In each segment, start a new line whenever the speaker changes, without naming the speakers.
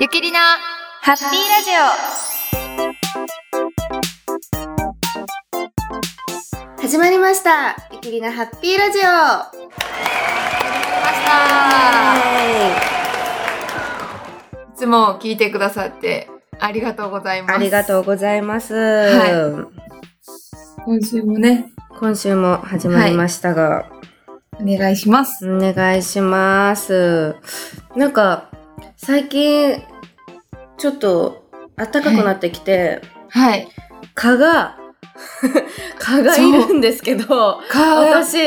ゆきりなハッピーラジ
オ始まりましたゆきりなハッピーラジオ
オいつも聞いてくださってありがとうございます
ありがとうございます、
は今週もね
今週も始まりましたが、
お願いします
お願いしますなんか最近ちょっと暖かくなってきて、
はい
蚊が 蚊がいるんですけど
か
私、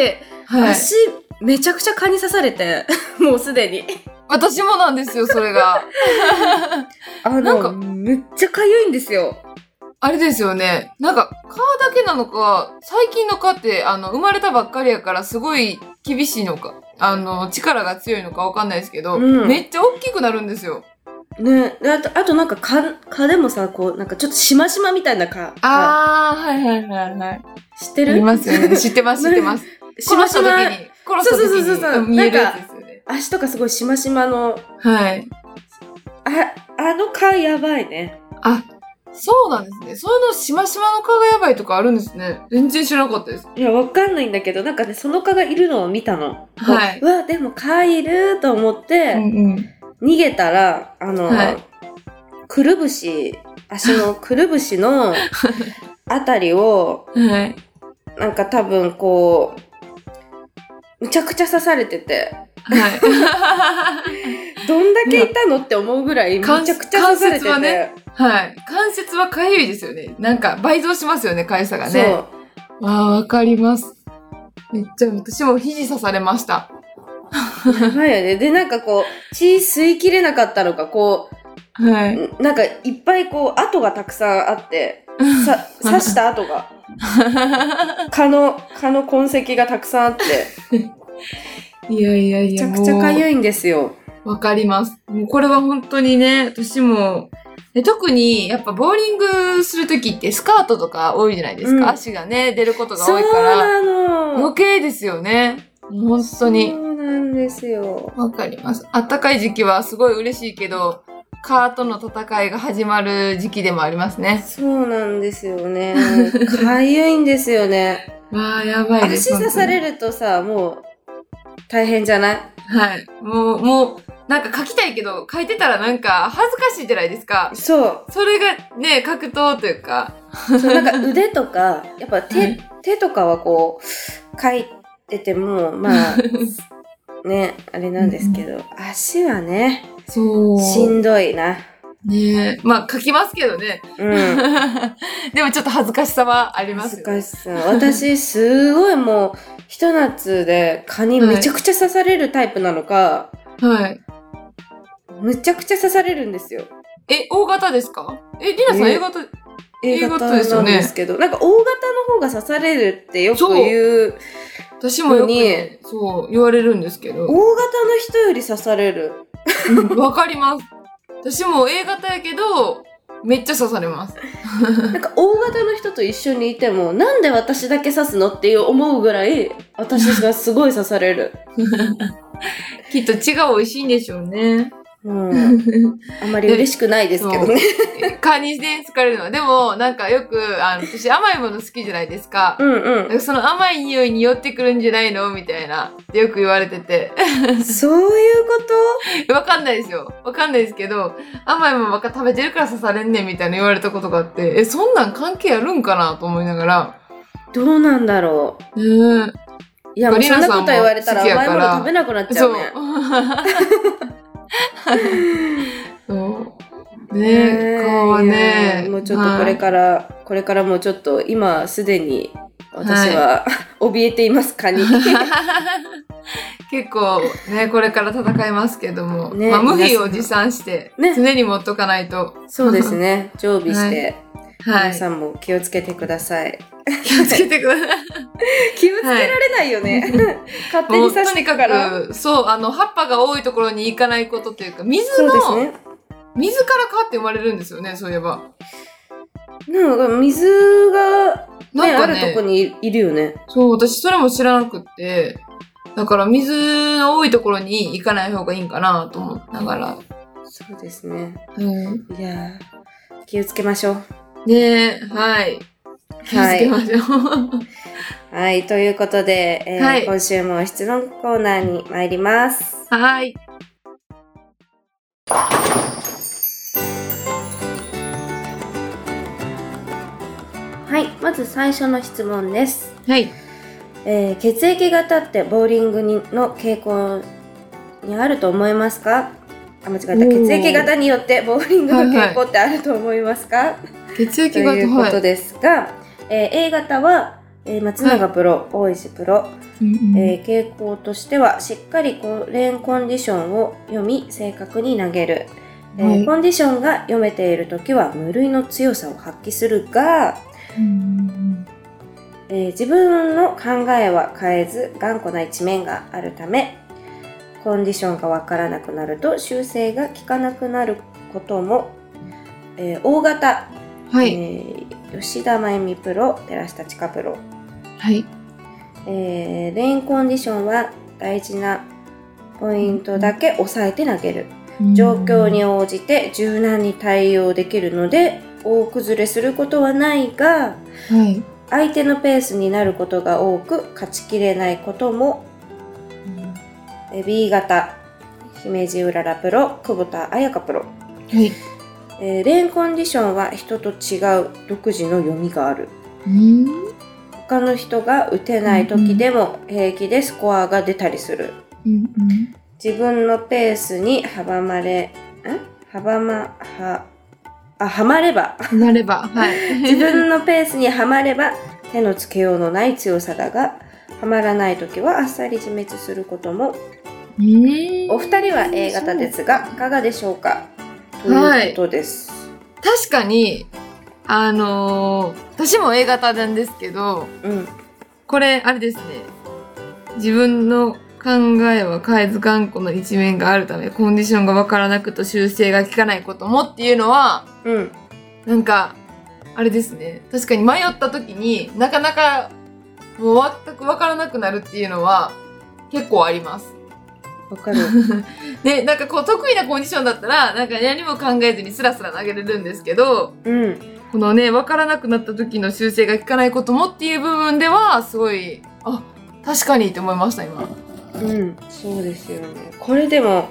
はい
足めちゃくちゃ蚊に刺されて もうすでに
私もなんですよそれ が
あの
なんか
めっちゃかゆいんですよ
あれですよねなんか蚊だけなのか最近の蚊ってあの生まれたばっかりやからすごい厳しいのかあの力が強いのかわかんないですけど、
うん
めっちゃ大きくなるんですよ
ねであとあとなんか蚊蚊でもさこうなんかちょっとしましまみたいな蚊が
ああはいはいはいはい
知って
あ
る
りますよね。知ってます、知ってます。
しまし
殺した
ま
時に、殺した時に
そうそうそうそう
見えるやつですよね。
足とかすごいしましまの
はい。
ああの蚊やばいね
あ、そうなんですね。そういうの、しましまの蚊がやばいとかあるんですね。全然知らなかったです。
いやわかんないんだけどなんかねその蚊がいるのを見たの、
はい
こううわでも蚊いると思って、
うん。
逃げたらあの、
はい
くるぶし足のくるぶ しのあたりを
はい。
なんか多分こうむちゃくちゃ刺されてて
はい。
どんだけいたのって思うぐらいめちゃくちゃ刺されて
関節は
て、
ねはい。関節はかゆいですよね。なんか倍増しますよね、かゆさが
そ
ね。
う
ああ、わかります。めっちゃ、私も肘刺されました。
やばいよねでなんかこう血吸いきれなかったのかこ
は
う
い。
んなんかいっぱいこう跡がたくさんあってさ刺した跡 が蚊の蚊の痕跡がたくさんあって
いやいやい
めち
や。
ゃくちゃ
もう
痒いんですよ。
わかります。もうこれは本当にね、私も、で特にやっぱボーリングするときってスカートとか多いじゃないですか。
うん
足がね、出ることが
そ
多
う
いから。
なの
余計ですよね。本当に。
そうなんですよ。
わかります。あったかい時期はすごい嬉しいけど、カーとの戦いが始まる時期でもありますね。
そうなんですよね。かゆいんですよね。
わあ、やばいです。
足刺され
る。
るとさ、もう大変じゃない
はい。もう、もう、なんか書きたいけど、書いてたらなんか恥ずかしいじゃないですか。
そ
それがね、格闘というか。
う。 そうなんか腕とか、やっぱ手、
はい
手とかはこう、書いてても、 まあ、ね、あれなんですけど、足はね、
そう。
しんどいな。
ねえ。まあ書きますけどね。
うん。
でもちょっと恥ずかしさはありま
恥
す
ず
よね。
かしさ。私、すごいもう、ひと夏で蚊にめちゃくちゃ刺されるタイプなのか、
はい。
むちゃくちゃ刺されるんですよ。
え、O 型ですかえ、リナさん
え
A 型、
A
A
型
型
な
ですよ
ん
ね
ですけど、なんか O 型の方が刺されるってよく言う
私もよく、
ね
ね、そう、言われるんですけ
O
ど。
型の人より刺される
うんわかります。私も A 型やけど、めっちゃ刺されます。
なんか O 型の人と一緒にいてもなんで私だけ刺すのっていう思うぐらい私がすごい刺される、
きっと血が美味しいんでしょうね。
うん、あまり嬉しくないですけどね
蚊にね、疲れるのは。でも、なんかよく、あの、私甘いもの好きじゃないですか。
うん
なんか その甘い匂いに寄ってくるんじゃないのみたいな。よく言われてて。
うんそういうこと
わかんないですよ。わかんないですけど、甘いもんばっか食べてるから刺されんねんみたいな言われたことがあって、え、そんなん関係あるんかなと思いながら。
どうなんだろう
ねえ
いやもう
リ
そん
ナ
な
さんも
こと言われたら
好きや
甘
か
い
ら
もの食べなくなっちゃ
そうう
ね。
そう。ねえ、顔はね
いや。もうちょっとこれ
はい
から、これからもうちょっと今すでに私は、 怯えています蚊 に
結構ね、これから戦いますけども、
ね
まあ、無
皆
比
さん
を持参して、
ね
常に持っとかないと。
そうですね常備して、
は
皆
い。
さんも気をつけてください
気をつけてください。
気をつけられないよね、 勝手
もう
に刺
と
して
にか
から
く、そう、あの、葉っぱが多いところに行かないことというか、水
そう
の、
ですね
水から蚊って生まれるんですよね、そういえば。
なんか水が、ね
なんか
あると
ね、
こにいるよね
そう、私それも知らなくって、だから水の多いところに行かない方がいいんかなと思いながら、
そうですね。
うん、
いやー気をつけましょう。
ねえ、はい。気をつけましょう。
はい、ということで、えー
はい
今週も質問コーナーに参ります。
はい。
はい、まず最初の質問です。
はい。
えー血液型ってボーリングにの傾向にあると思いますかあ、間違え
お
た。
ー
血液型によってボーリングの傾向ってあると思いますか、
血
と
液型
いうこ
は
と
い。
ですが、えー A 型は、えー松永プロ、大石プロ、
うんうん
えー傾向としてはしっかりコレーンコンディションを読み正確に投げる、えー
はい
コンディションが読めている時は無類の強さを発揮するが、
うん
えー自分の考えは変えず頑固な一面があるためコンディションがわからなくなると修正が効かなくなることも、えー大型、
うんはい。
えー吉田真由美プロ寺下千佳プロ
はい。
えーレインコンディションは大事なポイントだけ押さえて投げる状況に応じて柔軟に対応できるので大崩れすることはないが
うん。はい。
相手のペースになることが多く勝ちきれないこともえー B 型姫路うららプロ久保田彩香プロ、
はい。
えーレーンコンディションは人と違う独自の読みがある
うん。
他の人が打てない時でも平気でスコアが出たりする
うんうん
自分のペースに阻まれ、ん阻ま、は、あ、はまれ ば。
なれば、はい。
自分のペースにはまれば、手のつけようのない強さだが、はまらない時はあっさり自滅することも。
うん
お二人は A 型ですが、いかがでしょうかと
はい
いうことです。
確かに、あのー私も A 型なんですけど、
うん。
これ、あれですね。自分の考えは変えず頑固の一面があるため、コンディションがわからなくと修正が効かないこともっていうのは、
うん。
なんか、あれですね。確かに迷った時になかなかもう全くわからなくなるっていうのは結構あります。
わかる。
で、なんかこう得意なコンディションだったら、なんか何も考えずにスラスラ投げれるんですけど、
うん。
このね、わからなくなった時の修正が効かないこともっていう部分では、すごい、あ、確かにって思いました、今。
うん。そうですよね。これでも、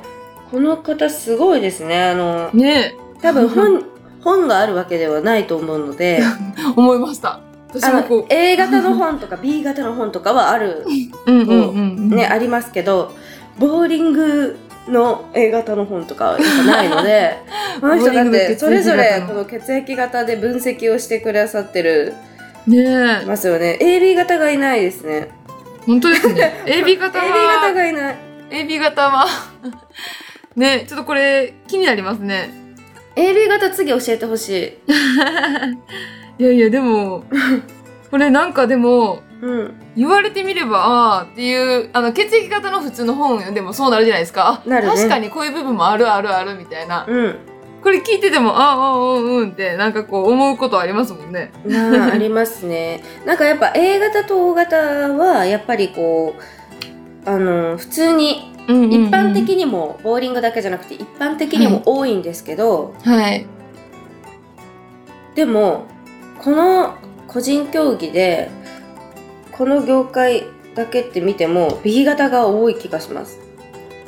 この方すごいですね。あの、
ね
多分本、 本があるわけではないと思うので、
え、思いました。私
あ
も
の
こ
A 型の本とか B 型の本とかはある、
う、うんうんうんうん。
ね、ありますけどボーリングの A 型の本とかはやっぱないの でこの人だっ
ボーリングの血液型の
てそれぞれこの血液型で分析をしてくださってる
ねえ、
ますよね AB 型がいないですね
本当です ね。AB 型
AB
は、
型がいない
AB 型は ねちょっとこれ気になりますね
AB 型次教えてほし
い
い、
やいやで もこれなんかでも
うん、
言われてみればああっていうあの血液型の普通の本でもそうなるじゃないですかあ
なるね
確かにこういう部分もあるあるあるみたいな
うん
これ聞いててもああああうんうんってなんかこう思うことありますもんね
なあありま すねなんかやっぱ A 型と O 型はやっぱりこうあの普通に
うん
一般的にもボーリングだけじゃなくて一般的にも多いんですけど、
はい
でもこの個人競技でこの業界だけって見ても B 型が多い気がします。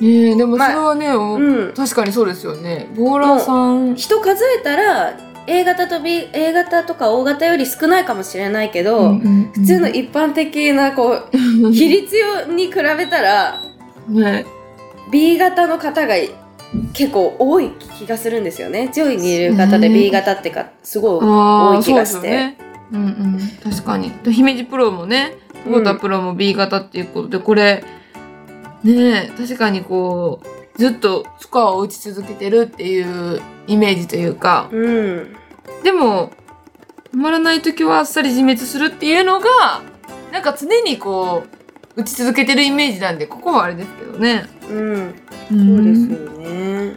ねえでもそれはね、お
うん、
確かにそうですよねボーラーさん
人数えたら A 型と B A 型とか O 型より少ないかもしれないけど、
普
普通の一般的なこ う比率に比べたら
ね
B 型の方が結構多い気がするんですよね。上位にいる方で
うん
B 型ってかすごい
ああ
多い気がして
そうですよねうんうん、確かに。で姫路プロもね、久保田プロも B 型っていうことで、これ、ねえ、確かにこう、ずっとスコアを打ち続けてるっていうイメージというか、
うん、
でも、止まらない時はあっさり自滅するっていうのが、なんか常にこう、打ち続けてるイメージなんで、ここはあれですけどね。
うん、
そ
そうですよね。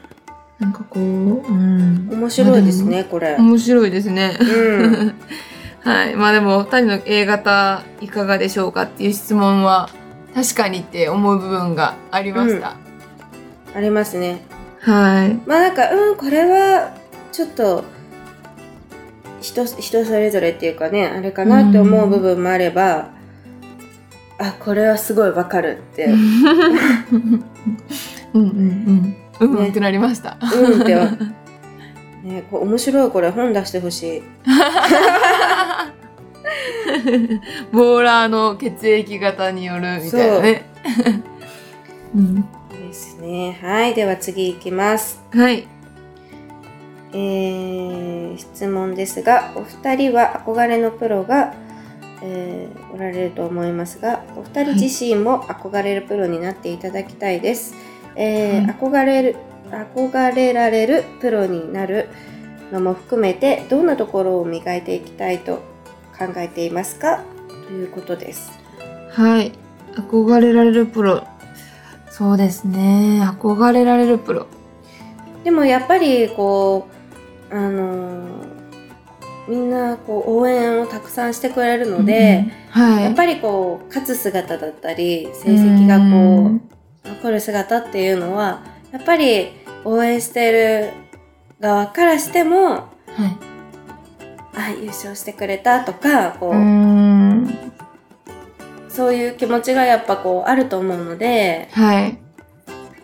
なんかこう、うん。
面白いですね、これ。
面白いですね。
うん、
はい。まあでも、お二人の A 型いかがでしょうかっていう質問は、確かにって思う部分がありました。
ありますね。
はい。
まあなんかうんこれはちょっと人人それぞれっていうかねあれかなって思う部分もあれば、あこれはすごいわかるって
うんうんうん。うん、
ね
ってなりました。
うんってはねこう面白いこれ本出してほしい
ボーラーの血液型によるみたいなね。うん、
ですねはいでは次いきます
はい。
えー質問ですがお二人は憧れのプロが、えーおられると思いますがお二人自身も憧れるプロになっていただきたいです、えー
はい
憧れる憧れられるプロになるのも含めてどんなところを磨いていきたいと考えていますかということです
はい。憧れられるプロ。そうですね。憧れられるプロ。
でもやっぱりこうあのーみんなこう応援をたくさんしてくれるので、
うん、はい。
やっぱりこう勝つ姿だったり成績がこう残る姿っていうのはやっぱり応援してる側からしても
うーん。はい。
あ優勝してくれたとかこう、
うーん。
そういう気持ちがやっぱこうあると思うので
はい。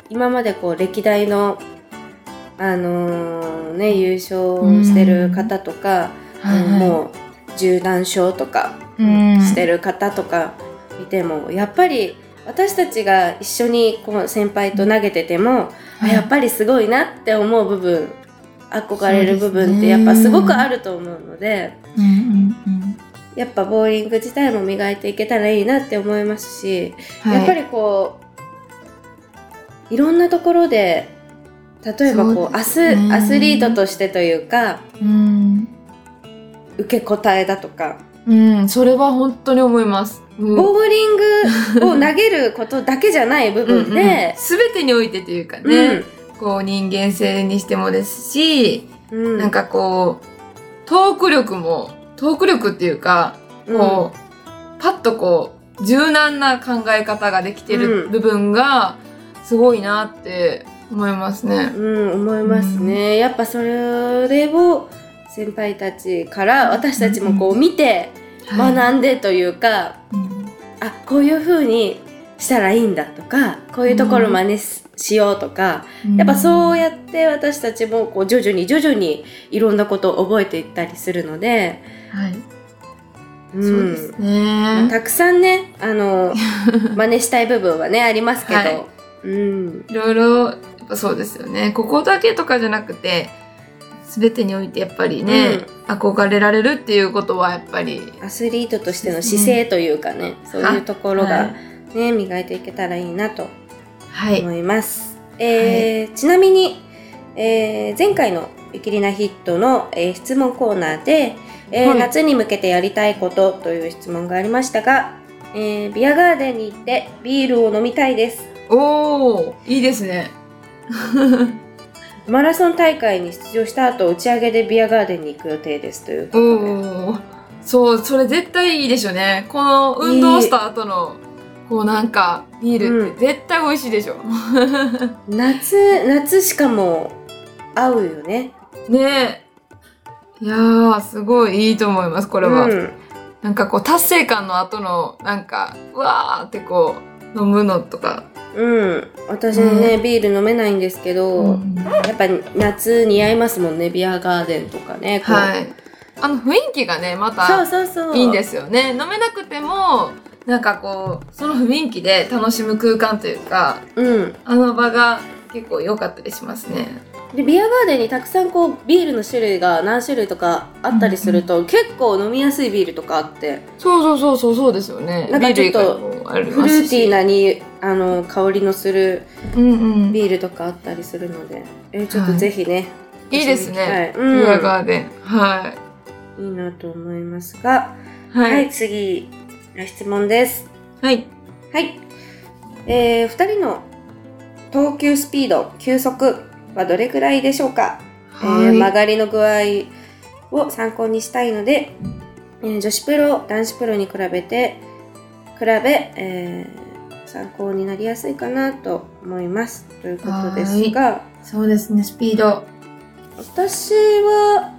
今までこう歴代の、あのーね、優勝してる方とか、
はい
うんもう十何勝とか
うん
してる方とかいても、やっぱり私たちが一緒にこう先輩と投げてても、あやっぱりすごいなって思う部分憧れる部分ってやっぱすごくあると思うので
うんうんうん
やっぱボーリング自体も磨いていけたらいいなって思いますし、
はい、
やっぱりこういろんなところで例えばこう
そう
ア
です
ス
ね
アスリートとしてというか
うん、
受け答えだとか。
うん、それは本当に思います。うん
ボーリングを投げることだけじゃない部分で、
すべてにおいてというか
う
ね
ん、
こう人間性にしてもですし、
うん
なんかこうトーク力もトーク力っていうか、こうパッとこう柔軟な考え方ができて
う
る
ん
部分がすごいなって思いますね。
うん、思いますね。やっぱそれを先輩たちから私たちもこう見て
はい
学んでというか、
うん
あこういう風にしたらいいんだとかこういうところ真似し,、ようとかやっぱそうやって私たちもこう徐々に徐々にいろんなことを覚えていったりするので、
はい、
うん
そうですね。
たくさんね あの真似したい部分はねありますけど、
はい
うん、
いろいろやっぱそうですよねここだけとかじゃなくて全てにおいてやっぱりね、憧れられるっていうことはやっぱり
アスリートとしての姿勢というかねそういうところ
は
が
い、
ね、磨いていけたらいいなと
はい
思います。えーちなみに、えー前回の「見切りなヒットの」えー質問コーナーで、えー
はい
夏に向けてやりたいことという質問がありましたが、えービアガーデンに行ってビールを飲みたいです。
おおいいですね
マラソン大会に出場した後打ち上げでビアガーデンに行く予定ですというこ
お
とで。
おそうそれ絶対いいでしょうねこの運動した後のこうなんかビールって絶対美味しいでしょ、
夏夏しかも合うよね。
ねえいやーすごいいいと思いますこ
こ
れは、
うん、
なんかこう達成感の後のなんかうわーってこう飲むのとか、
うん、私ね、ビール飲めないんですけど、やっぱ夏似合いますもんねビアガーデンとかねこう
はい。あの雰囲気がね、ま
そう
た
そうそう
いいんですすよね。飲めなくても、なんかこう、その雰囲気で楽しむ空間というか、
うん
あの場が結構良かったりしますね。
でビアガーデンにたくさんこうビールの種類が何種類とかあったりすると、結構飲みやすいビールとかあって
そうそうそうそうそうですよね。
なんかちょっと
ビール以外もあり
フ
ま
ル
す
ーティ
し
ー。なにあの香りのする
うんうん。い
ビールとかあったりするので、えーちょっと
はい
ぜひね、
いです
はい
ね。、ビ
うん
アガーデン。はい
いなと思いますが
い。は。
はいい、次の質問です
はい。
はい。えー、2人の投球スピード、球速はどれくらいでしょうか、えー曲
は
がりの具合を参考にしたいので、えー女子プロ、男子プロに比べて、比べ、えー参考になりやすいかなと思います。ということですが、
そうですね、スピード。
私は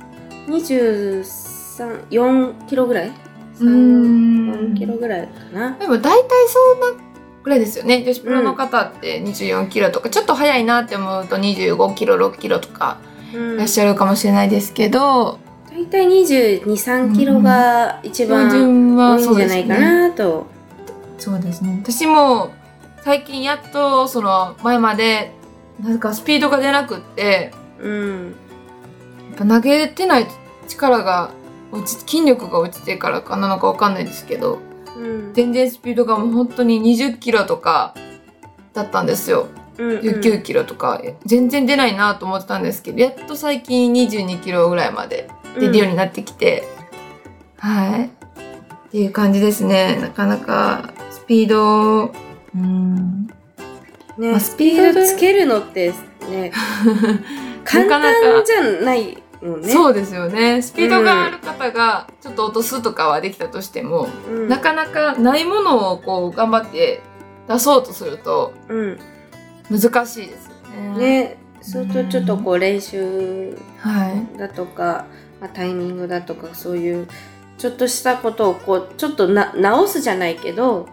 23、4キロぐらい
うん
3キロぐらいかな。
でも大体そんなぐらいですよね。女子プロの方って24キロとか、ちょっと早いなって思うと25キロ、6キロとかいらっしゃるかもしれないですけど、
大体22、3キロが一
標
番
準
多
はいそ
ん
う
じゃ
です
ないか
ね。
なと。
そうですね。私も最近やっとその前までなんかスピードが出なくって、
うん。
やっぱ投げてない力が落ち筋力が落ちてからかなのかわかんないですけど
うん。
全然スピードがもう本当に20キロとかだったんですよ
うん
19キロとか、全然出ないなと思ってたんですけどやっと最近22キロぐらいまで出るようになってきて、はいっていう感じですねなかなかスピードうん
うん
まあ
ね、
ス
ス
ピー
ピ
ド
ー
で
ドつけるのってね、簡
なかなか
単じゃないもんね。
そうですよねスピードがある方がちょっと落とすとかはできたとしても、
うん
なかなかないものをこう頑張って出そうとすると
うん。
難しいですよね。
ね、それとちょっとこう練習
はい。
だとか、まあ、タイミングだとかそういうちょっとしたことをこうちょっとな直すじゃないけど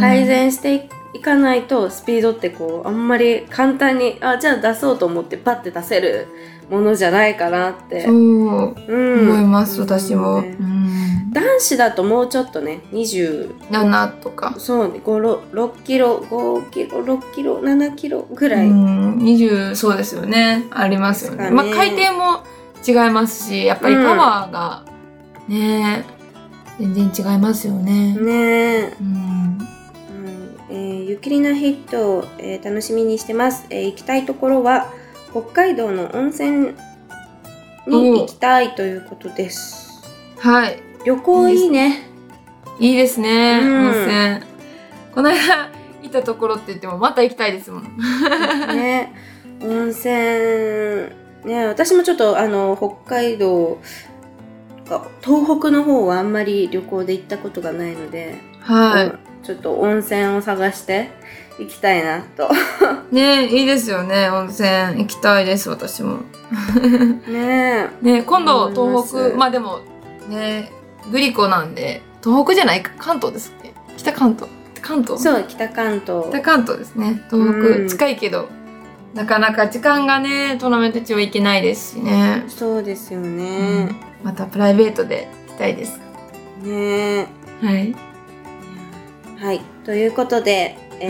改善していいかないとスピードってこうあんまり簡単にあじゃあ出そうと思ってパッて出せるものじゃないかなって、
そう
うん
思います、私も。う
ね
ん
男子だともうちょっとね20
七とか。
そう5 6キロ5キロ6キロ7キロぐらい、
うん二十そうですよね。ありますよ
で
ね。
すかね
まあ回転も違いますし、やっぱりパワーが、ね全然違いますよね。
ねえ
うん。
はいえーゆきりなヒットを、えー楽しみにしてます、えー行きたいところは北海道の温泉に行きたいということです
はい。
旅行いいね
いいですね、
うん
温泉。この間行ったところって言ってもまた行きたいですもん。
ね温泉ね私もちょっとあの北海道あ東北の方はあんまり旅行で行ったことがないので、
は
ちょっと温泉を探して行きたいな と
い。ねいいですよね、温泉。行きたいです、私も。
ね
ね今度、
思います
東北、まあでも、ねグリコなんで、東北じゃないか、関東ですっけ北関東。関東
そう北関東
北関東ですね。東北、
うん
近いけど、なかなか時間がね、トーナメント中は行けないですしね。
そうですよ
うん
ね、
またプライベートで行きたいです。
ね
はい。
はい、ということで、え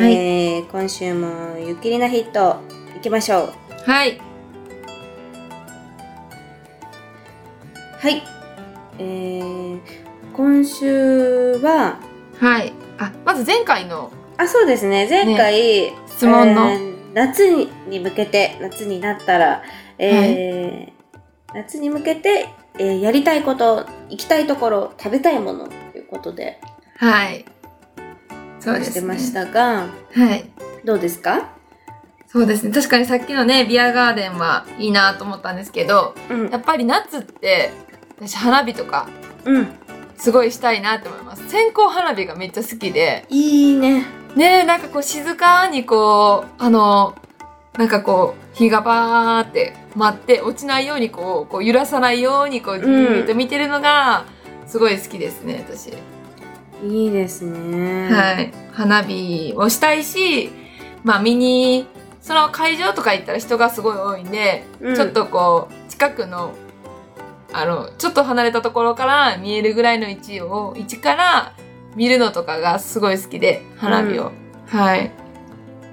ー今週もゆっきりなヒットいきましょう。
はい。
はい、えー、今週は
はい。あ、まず前回の
あそうですね前回、
質問の、
えー夏に向けて夏になったら、えー夏に向けて、えーやりたいこと行きたいところ食べたいものということで
はい。そうで
話し
す、
て
ね。
ましたが、
はい。
どうですか？
そうですね。確かにさっきのね、ビアガーデンはいいなと思ったんですけど、
うん
やっぱり夏って、私花火とか、
うん
すごいしたいなって思います。線香花火がめっちゃ好きで、
いいね
ねえ、なんかこう静かにこう、あの、なんかこう、火がバーって舞って、落ちないようにこう、こう揺らさないようにこう、じーっと見てるのが、すごい好きですね、私。
いいですね。
はい、花火をしたいし、まあ、見にその会場とか行ったら人がすごい多いんで、
うん
ちょっとこう近くのあのちょっと離れたところから見えるぐらいの位置を位置から見るのとかがすごい好きで花火を、はい、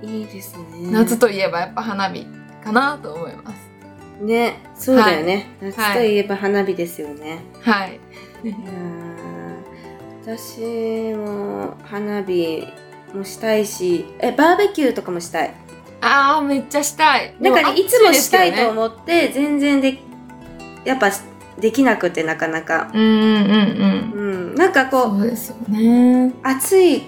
いいですね。
夏といえばやっぱ花火かなと思います。
ね、そうだよね。夏といえば花火ですよね。
はい、
い、やー私も花火もしたいし、えバーベキューとかもしたい。
あーめっちゃしたい。
だから
で
いつも
暑
したい
です
と
よね
思って、全然でやっぱしできなくてなかなか。
うんうんうん。
うん、なんかこう
そうですよね。
暑い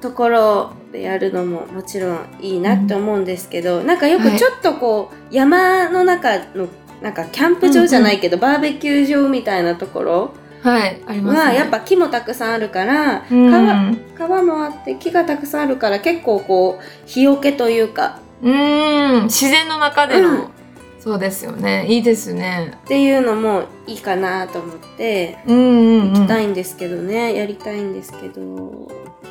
ところでやるのももちろんいいなって思うんですけど、なんかよ
は
く
い
ちょっとこう、山の中のなんかキャンプ場じゃないけど、バーベキュー場みたいなところ
はい、あります、ね。
はやっぱ木もたくさんあるから、
うん
川川もあって木がたくさんあるから結構こう日よけというか、
うーん、自然の中でのそうですよね。いいですね。
っていうのもいいかなと思って
うんうん、うん。
行きた
バ
いんですけどねやりたいんですけど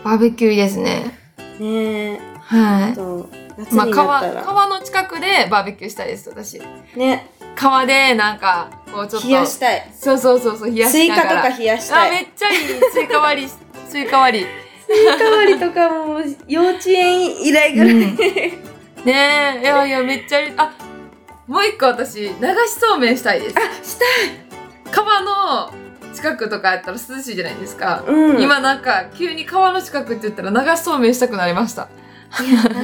ーベキューいいですね。
ねえ
は
あ
い。
と夏
まあ
になっ
川
たら、
川の近くでバーベキューしたいです私。
ね
川でなんかこうちょっと
冷やしたい
そうそうそうそう冷や
ス
し
イ
な
カと
がら。
か冷やした
あめ
い
っちゃいいスイカ割 りスイカ割り。
スイカ割りとかも幼稚園以来ぐらい、
うんねえいやいやめっちゃいいあもう一個私流しそうめんしたいです。
あしたい
川の近くとかやったら涼しいじゃないですか。
うん
今なんか急に川の近くって言ったら流しそうめんしたくなりました。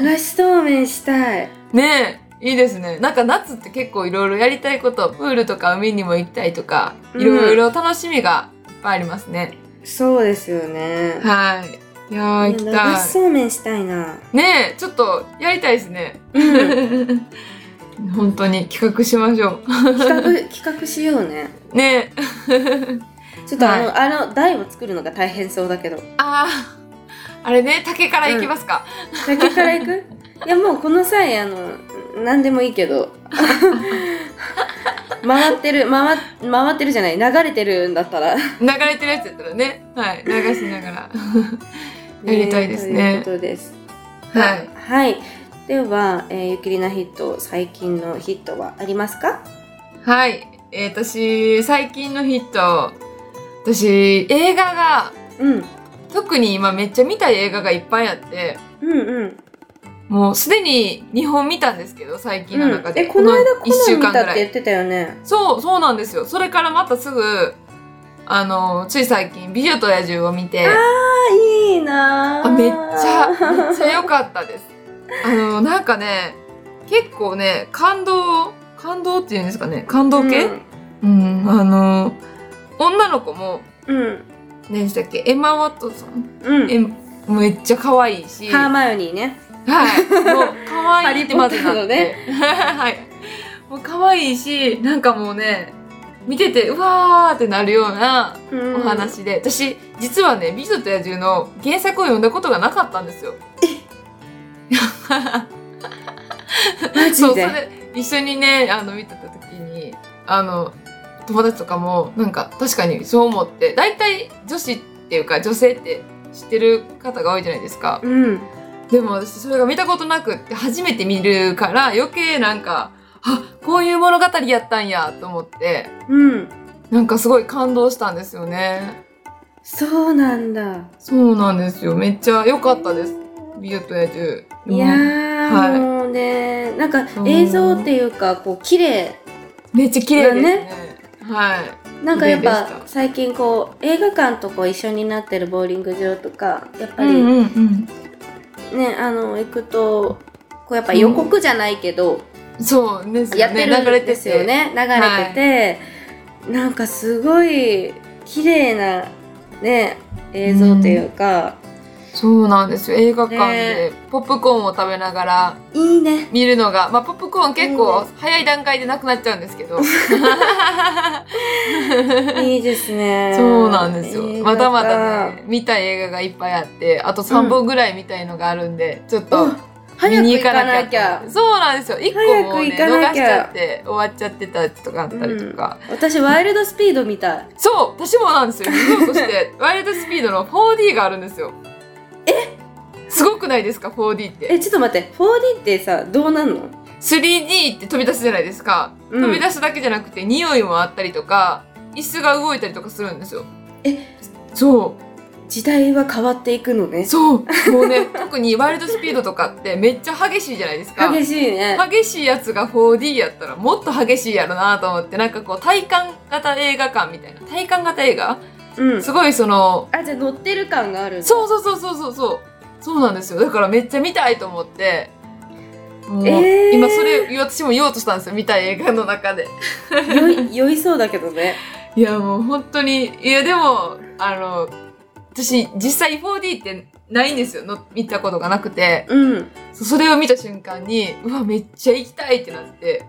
流しそうめんしたい
ねえいいですねなんか夏って結構いろいろやりたいことプールとか海にも行きたいとかいろいろ楽しみがいっぱいありますね、
そうですよね
はいいやー行き
流
た
しそうめんしたいない
ねえちょっとやりたいです ね
うん
本当に企画しましょ
企画企画しようね
うねえ
ちょっとあの,、あの台を作るのが大変そうだけど
あああれね竹から行きますか、
竹から行 くいやもうこの際あの何でもいい けど回ってる回回ってるじゃない流れてるんだったらや
流れてるやつやったらねはい流しなが らやりたいですね
ということです
はい、
はいでは、えーゆきりなヒット最近のヒットはありますか
はいえー私最近のヒット私映画が
うん
特に今めっちゃ見たい映画がいっぱいあって
うんうん
もうすでに2本見たんですけど最近の中で、
えこの間
こ
コ
の1
ナン
週
見
間
た
ぐ
って
ら
言
い
ってたよね
そうそうなんですよそれからまたすぐあのつい最近「美女と野獣」を見て
あいいな
あめっちゃめっちゃ良かったですあのなんかね結構ね感動感動っていうんですかね感動系うん、あの女の子も
うん
何でしたっけエマ・ワットソン
うん、うん、
えめっちゃ可愛いし
ハーマヨニーね
はい。もう、可愛いってまずなっ
ハリーポッター
て。
のね
はい。もう、可愛いし、なんかもうね、見てて、うわーってなるような
うん
お話で。私、実はね、美女と野獣の原作を読んだことがなかったんですよ。
マジ
そう、そ
で
れ、一緒にね、あの、見てた時に、あの、友達とかも、なんか、確かにそう思って、大体、女子っていうか、女性って知ってる方が多いじゃないですか。
うん
でも私それが見たことなくって初めて見るから余計なんかあこういう物語やったんやと思って
うん
なんかすごい感動したんですよね
そうなんだ。
そうなんですよめっちゃ良かったです「美女と野獣」
いやー、
はい
もうね、なんか
うん
映像っていうか、こう綺麗。
めっちゃ綺麗ですね
だ
はい
なんかやっ
綺麗でし
ぱ
た
最近こう映画館とこう一緒になってるボーリング場とか、やっぱりね、
うんうん
あの行くと。こうやっぱ予告じゃないけど、
うん、そうです
や
よ
っ
ね
て
流
る
れて
んですよ
て、
ね。流れてて、なんかすごい綺麗なね映像っていうか、
そうなんですよ映画館でポップコーンを食べながら
いいね。
見るのが、まあ、ポップコーン結
う
構
ん
早い段階でなくなっちゃうんですけど、
いいですね。
そうなんですよ。
映画
ま
か
だまだね、見たい映画がいっぱいあって、あと
う
3
ん
本ぐらい見たいのがあるんで、ちょっと
うん
見
早く
に
行
行か
か
な
な
き
きゃ
ゃ。。そうなんですよ。1個もうね、
早く行か
逃
な
し
き
ち
ゃ
ゃって、終わっちゃってたやつとかあったりとか。
私ワイルドスピードみたい
そう、私もなんですよ。見ようと して、ワイルドスピードの 4D があるんですよ。えすごくないですか 4D って
えちょっと待って 4D ってさどうなんの
3D って飛び出すじゃないですか、
うん
飛び出すだけじゃなくて匂いもあったりとか椅子が動いたりとかするんですよ
え
そう
時代は変わっていくのね
そうもうね 特にワイルドスピードとかってめっちゃ激しいじゃないですか
激しいね
激しいやつが 4D やったらもっと激しいやろなと思ってなんかこう体感型映画館みたいな体感型映画
うん
すごいその
あじゃあ乗ってる感がある
そううそうそうそうそうそうそうなんですよだからめっちゃ見たいと思ってもう、
えー
今それ私も言おうとしたんですよ見たい映画の中で
酔い酔いそうだけどね
いやもう本当にいやでもあの私実際 4D ってないんですよの見たことがなくて
うん
そうそれを見た瞬間にうわめっちゃ行きたいってなって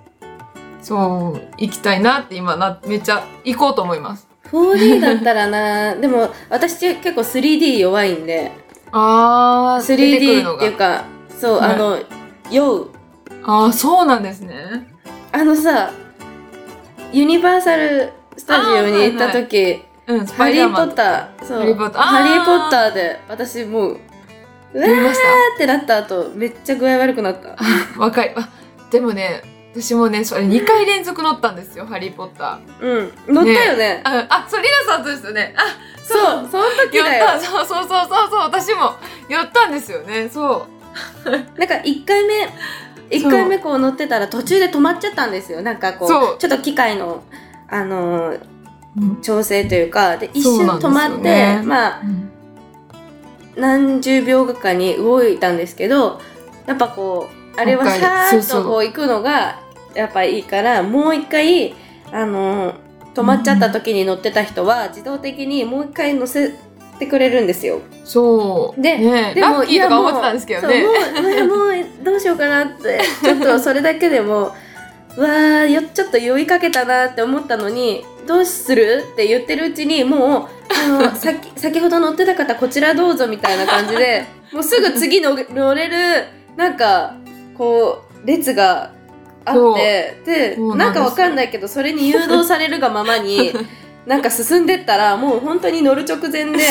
そう行きたいなって今なめっちゃ行こうと思います
4D だった らなでも私結構 3D 弱いんで
あ
3D っていうかそう、
はい
あの酔う
ああそうなんですね
あのさユニバーサル・スタジオに行った時、
うん、ス
ハ
パイ
リ
ダー
ー・ポ
マン。
ッター、そう。
ハリーポッターあー
ハリーポッターで、私もう、うわーっ
見ました
てなった後、めっちゃ具合悪くなった。
わかり、あ、でもね、私もね、それ2回連続乗ったんですよ、ハリーポッタ
うん。乗ったよね。
ー。あ、あ、そう、リナさんとですよね。あ、
そう、その時
や
だよ
っ。た、そうそうそうそう、そう私もやったんですよね、そう。
なんか1回目、一回目こう乗ってたら途中で止まっちゃったんですよ。なんかこ
そう
う、ちょっと機械の、あのー
うん。
調整というか、で、一
そう
瞬
なんです
止
よね
まって、まあ、何十秒後かに動いたんですけど、やっぱこう、あれは
わかる
さ
そ
ー
う
っ
そう
とこう行くのが、やっぱいいから、もう一回、あのー、止まっちゃった時に乗ってた人は、自動的にもう一回乗せてくれるんですよ。
そう。
で
ね、
で
ラッキーと
いや
か
もう
思ってたんですけどね。
そうもうもうもうどうしようか なってちょっとそれだけでもうわーよちょっと酔いかけたなって思ったのにどうするって言ってるうちにもう あの先先ほど乗ってた方こちらどうぞみたいな感じでもうすぐ次の乗れるなんかこう列があってで
そうな
なんん
です
かわかんないけどそれに誘導されるがま まになんか進んでったらもう本当に乗る直前 で。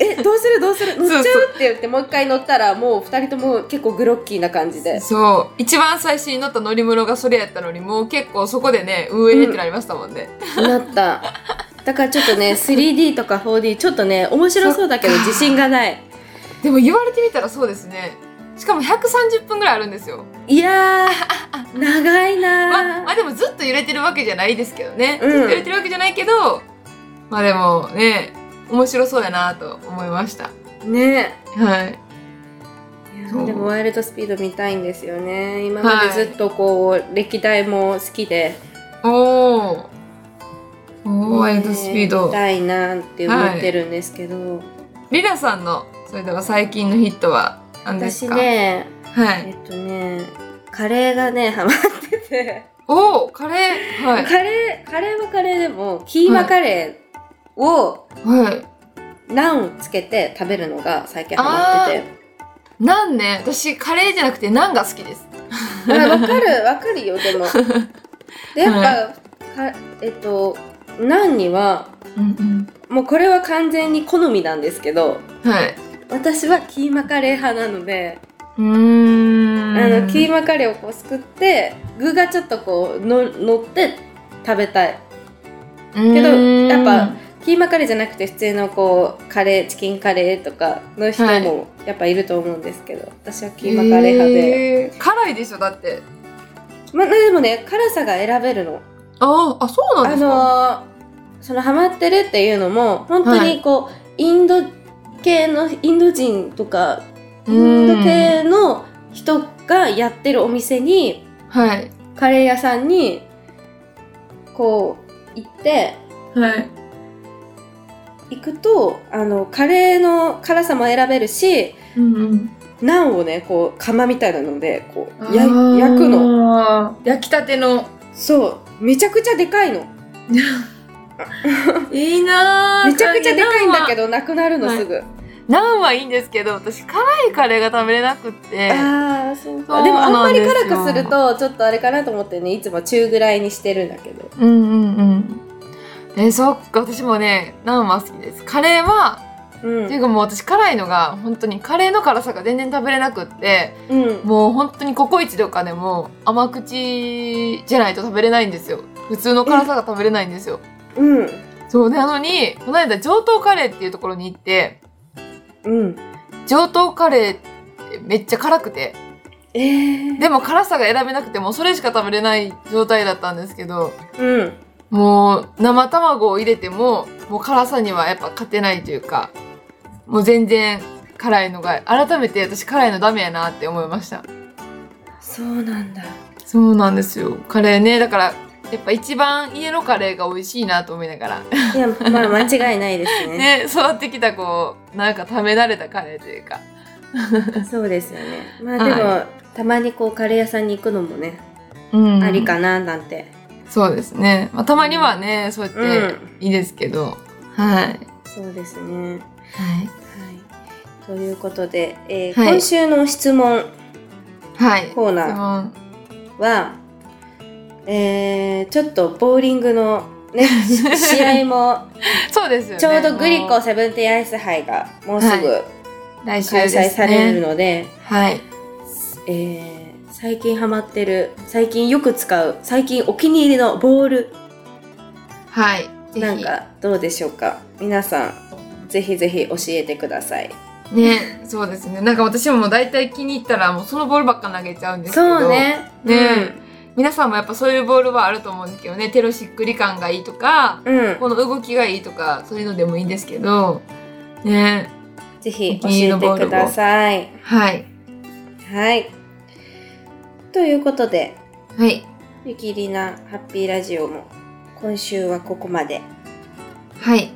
えどうするどうする乗っちゃう
そう
って言ってもう一回乗ったらもう二人とも結構グロッキーな感じで
そう一番最初に乗った乗り物がそれやったのにもう結構そこでね運営ってなりましたもんね、
なっただからちょっとね 3D とか 4D ちょっとね面白そうだけど
そっか
自信がない
でも言われてみたらそうですねしかも130分ぐらいあるんですよ
いやー長い
ま
な
まあ
ー
でもずっと揺れてるわけじゃないですけどね、
うん
ずっと揺れてるわけじゃないけどまあでもね面白そうやなと思いました
ね
はい
いや
そう
でもワイルドスピード見たいんですよね今までずっとこう、歴代も好きで
おーおーワイルド
ね
スピード
見たいなって思ってるんですけど、
リラさんのそれでは最近のヒットは何です
私
か
ね
はい
えっとねカレーがねハマってて
おおカレーはい
カレー、カレーはカレーでも、キーマカレーを、
はい
ナンをつけて食べるのが最近ハマってて。
ナンね私カレーじゃなくてナンが好きです
あわかる、わかる よ、でも。で、やっぱ、かえっと、ナンには、
うん
もうこれは完全に好みなんですけど、
うんはい
私はキーマカレー派なので、
うーん
あの、キーマカレーをこうすくって、具がちょっとこう、の、乗って食べたい。けど
うーん
やっぱキーマカレーじゃなくて普通のこうカレーチキンカレーとかの人もやっぱいると思うんですけど、私はキーマカレー派で、
へー辛いでしょだって
まあでもね辛さが選べるの
あーあそうなん
あ
ですか
のーそのハマってるっていうのも本当にこう、インド系のインド人とかインド系の人がやってるお店に
はい
カレー屋さんにこう行って
はい
行くとあのカレーの辛さも選べるし
うんうん
ナンをねこう釜みたいなのでこ
あ
うや
ー
焼くの
焼きたて の
そうめちゃくちゃでかいの
いいな
めちゃくちゃでかいんだけ
ど
どなくなるの
はい
すぐ、
ナンはいいんですけど私辛いカレーが食べれなくって
ああそう
そう
かでもあんまり辛
なんで
く
すすよ
るとちょっとあれかなと思ってねいつも中ぐらいにしてるんだけど
うんうんうんえそっか私もねナンは好きですカレーは
う
ってい
ん
うかもう私辛いのが本当にカレーの辛さが全然食べれなくって
うん
もう本当にココイチとかでも甘口じゃないと食べれないんですよ普通の辛さが食べれないんですよ、
うん
そうなのにこの間上等カレーっていうところに行って
うん
上等カレーってめっちゃ辛くて
えー、
でも辛さが選べなくてもうそれしか食べれない状態だったんですけど
うん
もう生卵を入れてももう辛さにはやっぱ勝てないというかもう全然辛いのが改めて私辛いのダメやなって思いました
そうなんだ
そうなんですよカレーねだからやっぱ一番家のカレーが美味しいなと思いながら
いやまあ間違いないですね
ね育ってきたこうなんか食べ慣れたカレーというか
そうですよねまあでも、たまにこうカレー屋さんに行くのもね、
うん
ありかななんて
そうですね、まあ、たまにはねそうやっ
う
て
ん
いいですけど、はいはい
そうですねはい、ということで、えー
はい
今週の質問
はい
コーナー
質問
は、えーちょっとボーリングの、 ね、し試合も
そうですよね。
ちょうどグリ
も
コ
う
セブンティーンアイス杯がもうすぐ
来週
開
です、ね、
催されるので、
はい。
えー最近ハマってる最近よく使う最近お気に入りのボール
はい。ぜひ
なんかどうでしょうか皆さんぜひぜひ教えてください
ね、そうですね。なんか私も大体気に入ったらもうそのボールばっか投げちゃうんですけど。
そう。ね
ね皆さんもやっぱそういうボールはあると思うんですけどね。手のしっくり感がいいとか、
うん、うん
この動きがいいとか、そういうのでもいいんですけど。ね。
ぜひ教えてください
はい。
はいということで
はい。
ゆきりなハッピーラジオも今週はここまで
はい。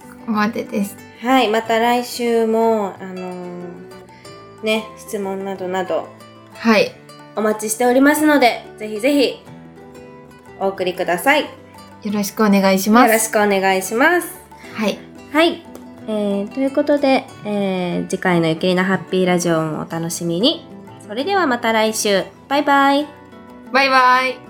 ここまでです。
はいまた来週もあのーね質問などなど
はい。
お待ちしておりますので、ぜひぜひお送りください。よ
よろしくお願いします。
ろしくお願いします。
はい。
はい。えーということで、えー次回のゆきりなハッピーラジオもお楽しみに。それではまた来週。バイバイ。
バイバイ。